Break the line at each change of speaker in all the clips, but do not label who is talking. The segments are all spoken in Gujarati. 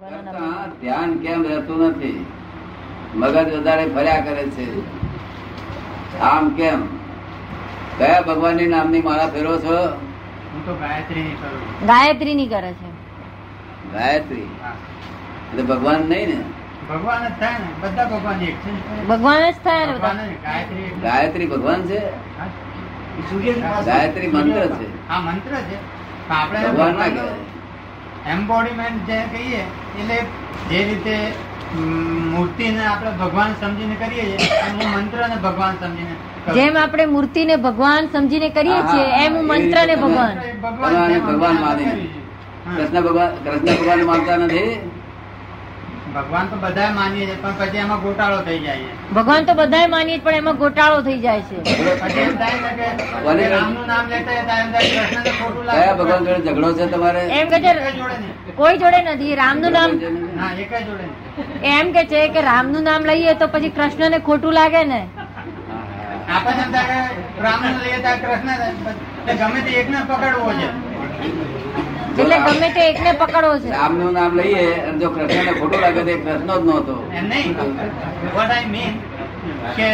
કરતા ધ્યાન કેમ રહેતું નથી મગજ વધારે ફર્યા કરે છે આમ કેમ કયા ભગવાનની નામની માળા ફેરવો છો
હું તો ગાયત્રી ની કરું છું.
ગાયત્રી ની કરે છે
ગાયત્રી
હા.
એટલે ભગવાન નહીં ને
ભગવાન જ થાય ને બધા ભગવાન એક છે
ભગવાન જ થાય ને
ભગવાન
બધા
જ ગાયત્રી એક.
ગાયત્રી ભગવાન છે
હા.
ગાયત્રી મંત્ર છે.
હા મંત્ર છે પણ આપણે
ભગવાન ના
ભગવાનનું
કહેવાય
એમ્બોડીમેન્ટ જે કહીએ એટલે જે રીતે મ, મૂર્તિને આપણે ભગવાન સમજીને કરીએ છીએ એમ હું મંત્રને ભગવાન સમજીને કરું છું.
જેમ આપણે મૂર્તિને ભગવાન સમજીને કરીએ
હા,
છીએ એમ
એવી
મંત્ર ને
રીતે
ભગવાન
મંત્ર એ
ભગવાનને
છે, એમ
ભગવાન
આપણે
માનીને.
કરીએ છીએ. હા.
કૃષ્ણ ભગવાન કૃષ્ણ ભગવાન માનતા નથી
ભગવાન તો બધા માનીએ છીએ પણ પછી એમાં ગોટાળો થઈ જાય છે
ભગવાન તો બધાય માનીએ પણ એમાં ગોટાળો થઈ જાય છે
પછી એમ થાય છે કે
ભલે.
રામનું નામ લેતા હતા એમ થાય કૃષ્ણને ખોટું લાગે
કયા ભગવાન જોડે ઝઘડો છે તમારે
એમ કે છે
એક જ જોડે નહીં.
કોઈ જોડે નથી રામનું નામ
હા એક જ જોડે નહીં.
એમ કે છે કે રામનું નામ લઈએ તો પછી કૃષ્ણને ખોટું લાગે ને
હા.
આપણને એમ થાય કે રામનું લઈએ ત્યારે કૃષ્ણ થાય. એટલે ગમે તે એકને પકડવો છે
એટલે ગમે તે એકને પકડવો છે
રામનું નામ લઈએ અને જો કૃષ્ણને ખોટું લાગે તો એ કૃષ્ણ જ નહોતો
એમ નહીં What I mean કે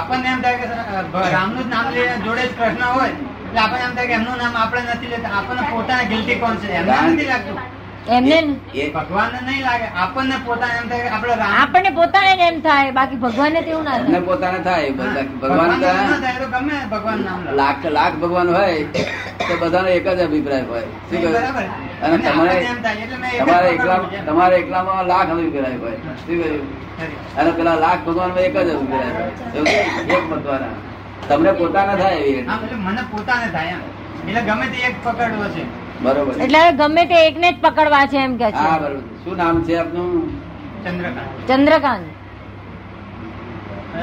આપણને એમ થાય કે સ- રામનું જ નામ લઈએ જોડે જ કૃષ્ણ હોય એટલે આપણને એમ થાય કે એમનું નામ આપણે નથી લેતા આપણને પોતાને ગિલ્ટી કોન્શિયસ એમને નથી લાગતું
એમને ન-
એ-
ભગવાનને નહીં લાગે આપણને પોતાને એમ થાય કે આપણે રામ
આપણને પોતાને જ એમ થાય બાકી ભગવાનને તેવું ના
એમને
થાય
પોતાને થાય બધા- ભગવાન
ભગવાનનું નામ
ત્યાં
ના થાય તો ગમે ભગવાન નામ લો.
લાખ લાખ ભગવાન હોય તો બધાનો એક જ અભિપ્રાય હોય શું
નહીં,
કહ્યું?
બરાબર
અને
અને
તમારે
આપણને એમ થાય એટલે મેં એક
તમારે
જ
એકલા
પકડવું છે.
તમારે એકલામાં લાખ અભિપ્રાય હોય શું કહ્યું? અને પેલા લાખ ભગવાનમાં એક જ અભિપ્રાય હોય શું કહ્યું? એક મતવાના તમને પોતાના થાય એવી
આમ
રીતે
એટલે મને પોતાને થાય એમ એટલે ગમે તે એક પકડવો છે
બરોબર
એટલે હવે ગમે તે એકને જ પકડવા છે એમ કે
હા
છે
બરોબર શું નામ છે આપનું
ચંદ્રકાંત
ચંદ્રકાંત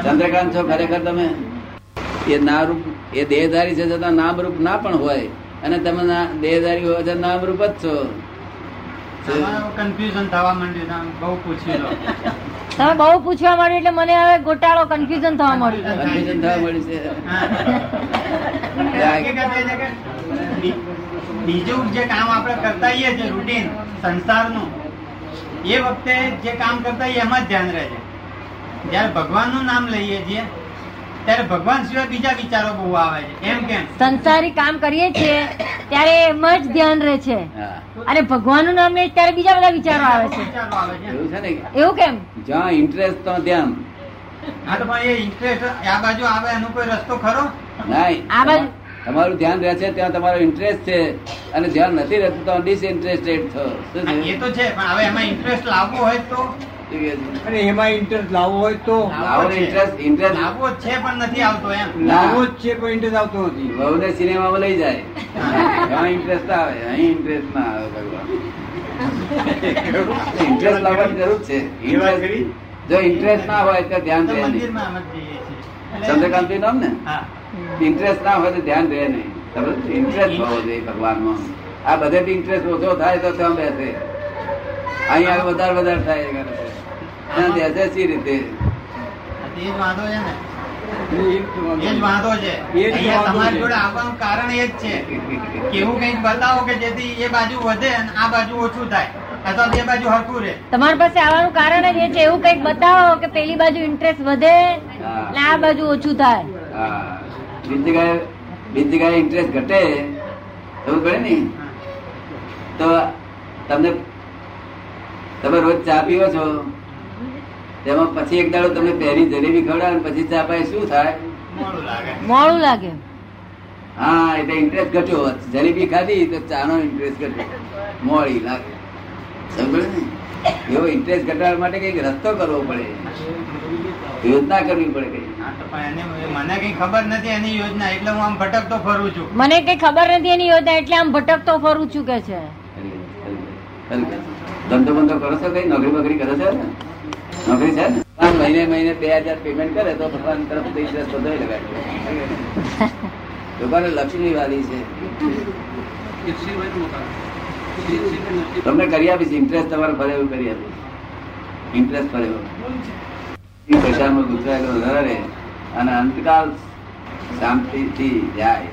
ચંદ્રકાંત છો ખરેખર તમે એ ના રૂપ એ દેહધારી છે છતાં નામ રૂપ ના પણ હોય અને તમે ના- દેહધારી હોવા છતાં નામ રૂપ જ છો
તમારું કન્ફ્યુઝન થવા માંડ્યું તમે બહુ પૂછી લો
તમે બહુ પૂછવા માંડ્યું એટલે મને હવે ગોટાળો કન્ફ્યુઝન થવા માંડ્યું
કન્ફ્યુઝન થવા મળ્યું છે
હા. એટલે હકીકત એ છે કે બી- બીજું જે કામ આપણે કરતા હોઈએ છીએ રૂટીન સંસારનું એ વખતે જે કામ કરતા હોઈએ એમાં જ ધ્યાન રહે છે જ્યારે ભગવાનનું નામ લઈએ છીએ ત્યારે ભગવાન સિવાય બીજા વિચારો બહુ આવે છે એમ કેમ
સંસારી કામ કરીએ છીએ ત્યારે એમાં જ ધ્યાન રહે છે
હા
અને ભગવાનનું નામ લઈએ ત્યારે બીજા બધા વિચારો આવે છે
વિચારો આવે છે
એવું છે ને
એવું કેમ
જ્યાં ઇન્ટરેસ્ટ તો ધ્યાન
હા તો પણ એ ઇન્ટરેસ્ટ આ બાજુ આવે એનો કોઈ રસ્તો ખરો
આ બાજુ-
નહીં તમારું ધ્યાન રહે છે ત્યાં તમારો ઇન્ટરેસ્ટ છે અને ધ્યાન નથી રહેતું તો ડિસઇન્ટરેસ્ટેડ છો શું
હા, એ
છે?
તો છે પણ હવે એમાં ઇન્ટરેસ્ટ લાવવો હોય તો
શું કહે છે?
અને એમાં ઇન્ટરેસ્ટ લાવવો હોય તો
લાવો ને interest, interest.
લાવવો જ છે પણ નથી આવતો એમ
લાવવો જ છે પણ ઇન્ટરેસ્ટ આવતો નથી
વહુને સિનેમામાં લઈ જાય ત્યાં ઇન્ટરેસ્ટ આવે અહીં ઇન્ટરેસ્ટ ના આવે ભગવાન ઇન્ટરેસ્ટ લાવવાની જરૂર છે Interest- જો ઇન્ટરેસ્ટ ના હોય તો ધ્યાન
તો
રહે નહીં
મંદિરમાં આમ જ જઈએ છીએ. એટલે-
ચંદ્રકાંતિ નામ ને
હા.
ઇન્ટરેસ્ટ ના હોય તો ધ્યાન રહે નહીં ઇન્ટરેસ્ટ હોવો જોઈએ ભગવાનમાં આ બધે ઇન્ટરેસ્ટ ઓછો થાય તો ત્યાં બેસે અહીં આગળ વધારે વધારે થાય એ કરે. ત્યાં બેસે સી રીતે
એ જ વાંધો છે ને
એ જ તો
એ જ
વાંધો.
વાંધો છે
એ જ
અહીંયા
વાંધો
તમારી
છે.
જોડે આવવાનું કારણ એ જ છે કે એવું કંઈક બતાવો કે જેથી એ બાજુ વધે અને આ બાજુ ઓછું થાય અથવા તો એ બાજુ હરખું રહે
તમારી પાસે આવવાનું કારણ જ એ છે એવું કંઈક બતાવો કે પેલી બાજુ ઇન્ટરેસ્ટ વધે ને આ બાજુ ઓછું થાય
હા. બીજી જગ્યાએ બીજી જગ્યાએ ઇન્ટરેસ્ટ ઘટે એવું પડે ને
હા.
તો તમને તમે રોજ ચા પીવો છો તેમાં પછી એક દાડો તમને પહેલી જલેબી ખવડાવે ને પછી ચા પાય શું થાય
મોડું લાગે
મોડું લાગે
હા એટલે ઇન્ટરેસ્ટ ઘટ્યો જલેબી ખાધી તો ચાનો ઇન્ટરેસ્ટ ઘટ્યો મોડી લાગે સમજો ને એવો ઇન્ટરેસ્ટ ઘટાડવા માટે કઈક રસ્તો કરવો પડે યોજના કરવી પડે કઈ
હા, તો પણ એને મને કઈ ખબર નથી એની યોજના એટલે હું આમ ભટકતો ફરું છું
મને કઈ ખબર નથી એની યોજના એટલે આમ ભટકતો ફરું છું કે છે
ધંધો બંધો કરો છો કઈ નોકરી બકરી કરો છો ને નોકરી છે ને પણ મહિને મહિને બે હજાર પેમેન્ટ કરે તો ભગવાન તરફથી ઇન્ટરેસ્ટ બધો લગાડે ભગવાન લક્ષ્મી વાલી છે તમને કરી આપીશ ઇન્ટરેસ્ટ તમારે ભરે એવું કરી આપીશ ઇન્ટરેસ્ટ ભરે એવું એ પૈસામાં ગુજરાત વધારે અને અંતકાલ શાંતિથી જાય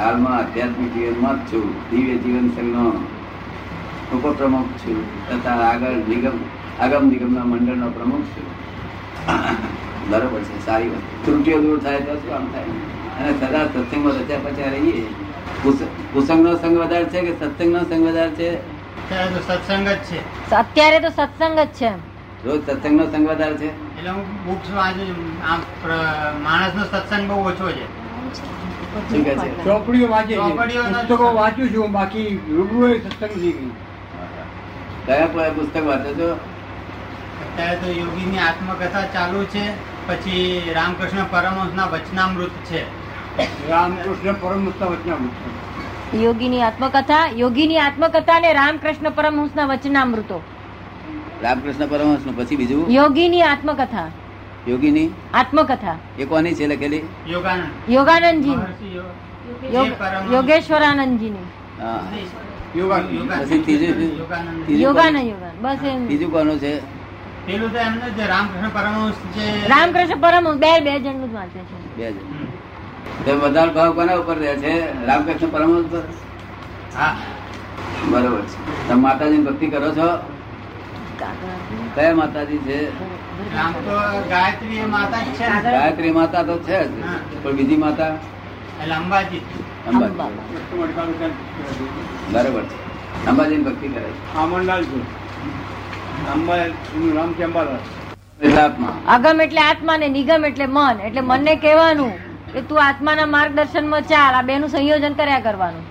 હાલમાં આધ્યાત્મિક જીવનમાં જ છું દિવ્ય જીવન સંઘનો ઉપપ્રમુખ છું તથા આગળ નિગમ આગમ નિગમના મંડળનો પ્રમુખ છું બરોબર છે સારી વાત ત્રુટિઓ દૂર થાય તો શું આમ થાય અને સદા સત્સંગમાં રચ્યા પચ્યા રહીએ કુસ- કુસંગનો સંગ વધારે છે કે સત્સંગનો સંગ વધારે છે
અત્યારે તો સત્સંગ જ છે
અત્યારે તો સત્સંગ જ છે
રોજ સત્સંગનો સંગ વધારે છે
એટલે હું બુક્સ વાંચું છું આમ પ્ર- માણસનો સત્સંગ બહુ ઓછો છે
શું કહે છે?
ચોપડીઓ વાંચે
ચોપડીઓ
છે
નથી.
પુસ્તકો વાંચું છું બાકી રૂબરૂ એ સત્સંગ નહીં ગયું.
કયા પ- પુસ્તક વાંચો છો
અત્યારે તો યોગીની આત્મકથા ચાલુ છે પછી રામકૃષ્ણ પરમહંસના વચનામૃત છે
રામકૃષ્ણ પરમહંસના વચનામૃત.
યોગીની આત્મકથા યોગીની આત્મકથા ને રામકૃષ્ણ પરમહંસના વચનામૃતો
રામકૃષ્ણ પરમહંસનું પછી બીજું
યોગીની આત્મકથા
યોગીની
આત્મકથા
એ કોની છે લખેલી
યોગાનંદ
યોગાનંદજી
મહર્ષિ યોગ- જે પરમહંસ-
યોગેશ્વરાનંદજીની
હા
યોગાનંદ.
પછી ત્રીજું
યોગાનંદ
શું?
યોગાનંદ.
ત્રીજું?
યોગાનંદ યોગાનંદ બસ એમ
બીજું કોનું છે
પેલું તો એમનું જે રામકૃષ્ણ પરમહંસ જે
રામકૃષ્ણ પરમહંસ બે બે જણનું જ વાંચે છે
બે જણ
હમ.
તો વધારે ભાવ કોના ઉપર રહે છે રામકૃષ્ણ પરમહંસ પર
હા
બરોબર છે તમે માતાજી ભક્તિ કરો છો કયા માતાજી છે
રામ તો ગાયત્રી એ માતા જ છે ને.
ગાયત્રી માતા તો છે જ
હા.
પણ બીજી માતા
એટલે અંબાજી
અંબા
અંબા.
કસ્ટમર તાલુકા
બરોબર છે અંબાજીની ભક્તિ કરે
આમણલાલ છે અંબાલાલ એનું નામ છે અંબાલાલ
છે લાભમાં
અગમ એટલે આત્મા ને નિગમ એટલે મન એટલે મનને કહેવાનું કે તું આત્માના માર્ગદર્શનમાં ચાલ આ બેનું સંયોજન કર્યા કરવાનું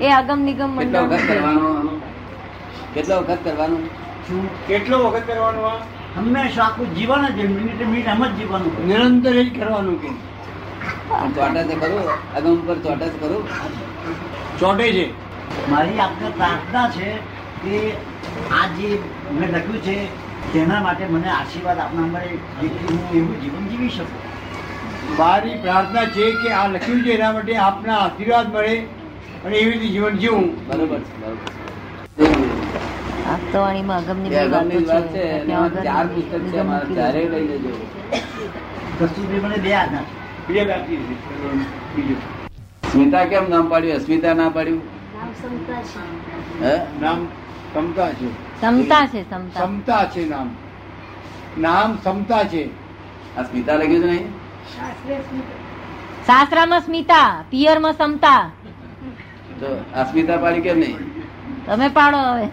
એ અગમ નિગમ
કેટલો
મંડળ
વખત કરવાનું કેટલો વખત કરવાનું
કેટલો વખત કરવાનું આ
હંમેશા આખું જીવન જ એમ મિનિટે મિનિટ એમ જ જીવવાનું હોય.
નિરંતર એ જ કરવાનું કે
પણ ચોટે છે ખરું અગમ પર ચોટે છે ખરું
ચોટે છે
મારી આપને પ્રાર્થના છે કે આ જે મેં લખ્યું છે તેના માટે મને આશીર્વાદ આપના મળે જેથી હું એવું જીવન જીવી શકું
મારી પ્રાર્થના છે કે આ લખ્યું છે એના માટે આપના આશીર્વાદ મળે અને એવી રીતે જીવન જીવું
બરોબર છે બરોબર છે
આપતાવાણીમાં અગમ
એ અગમની જ વાત છે અને
નિગમ
એમાં ચાર પુસ્તક છે અમારે ચારેય લઈ લેજો
કસ્તુરભાઈ મને બે આજ્ઞા છે.
બીજા રાજી છે. બીજું.
સ્મિતા કેમ નામ પાડ્યું અસ્મિતા ના પાડ્યું હે
નામ સમતા છે
ક્ષમતા છે ક્ષમતા
સમતા છે નામ નામ સમતા છે
આ સ્મિતા લખ્યું છે નહીં
સાસરામાં સ્મિતા પિયરમાં ક્ષમતા
તો આ સ્મિતા પાડી કેમ નહીં
તમે પાડો હવે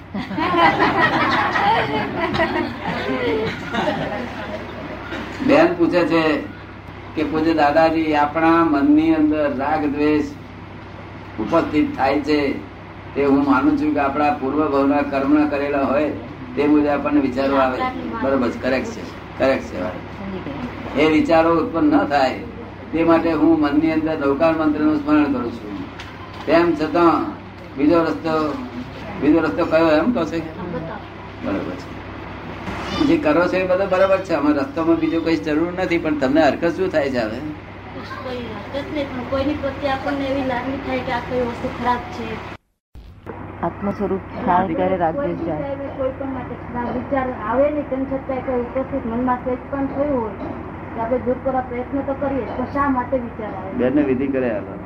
બેન પૂછે છે કે પૂજ્ય દાદાજી આપણા મનની અંદર રાગ દ્વેષ ઉપસ્થિત થાય છે તે હું માનું છું કે આપણા પૂર્વ ભવના કર્મ કરેલા હોય તે મુજબ આપણને વિચારો આવે બરોબર છે કરેક્ટ છે કરેક્ટ છે વાત. એ વિચારો ઉત્પન્ન ન થાય તે માટે હું મનની અંદર નૌકાર મંત્રનું સ્મરણ કરું છું તેમ છતાં બીજો રસ્તો બીજો રસ્તો કયો એમ કહો છે બરાબર છે જે કરો છો એ બધો બરાબર છે અમારે રસ્તામાં બીજો કઈ જરૂર નથી પણ તમને હરકત શું થાય છે હવે
કોઈ હરકત નહીં પણ કોઈની પ્રત્યે આપણને એવી લાગણી થાય કે આ કઈ વસ્તુ ખરાબ છે
આત્મ સ્વરૂપ ખ્યાલ કરે રાગદેશ
કોઈ
જાય
ટાઈમે કોઈ પણ માટે ખરાબ વિચાર આવે નહીં તેમ છતાં કોઈ ઉપસ્થિત મનમાં કંઈક પણ થયું હોય તો આપણે દૂર કરવા પ્રયત્ન તો કરીએ પણ શા માટે વિચાર આવે
બેન વિધિ કરે આલો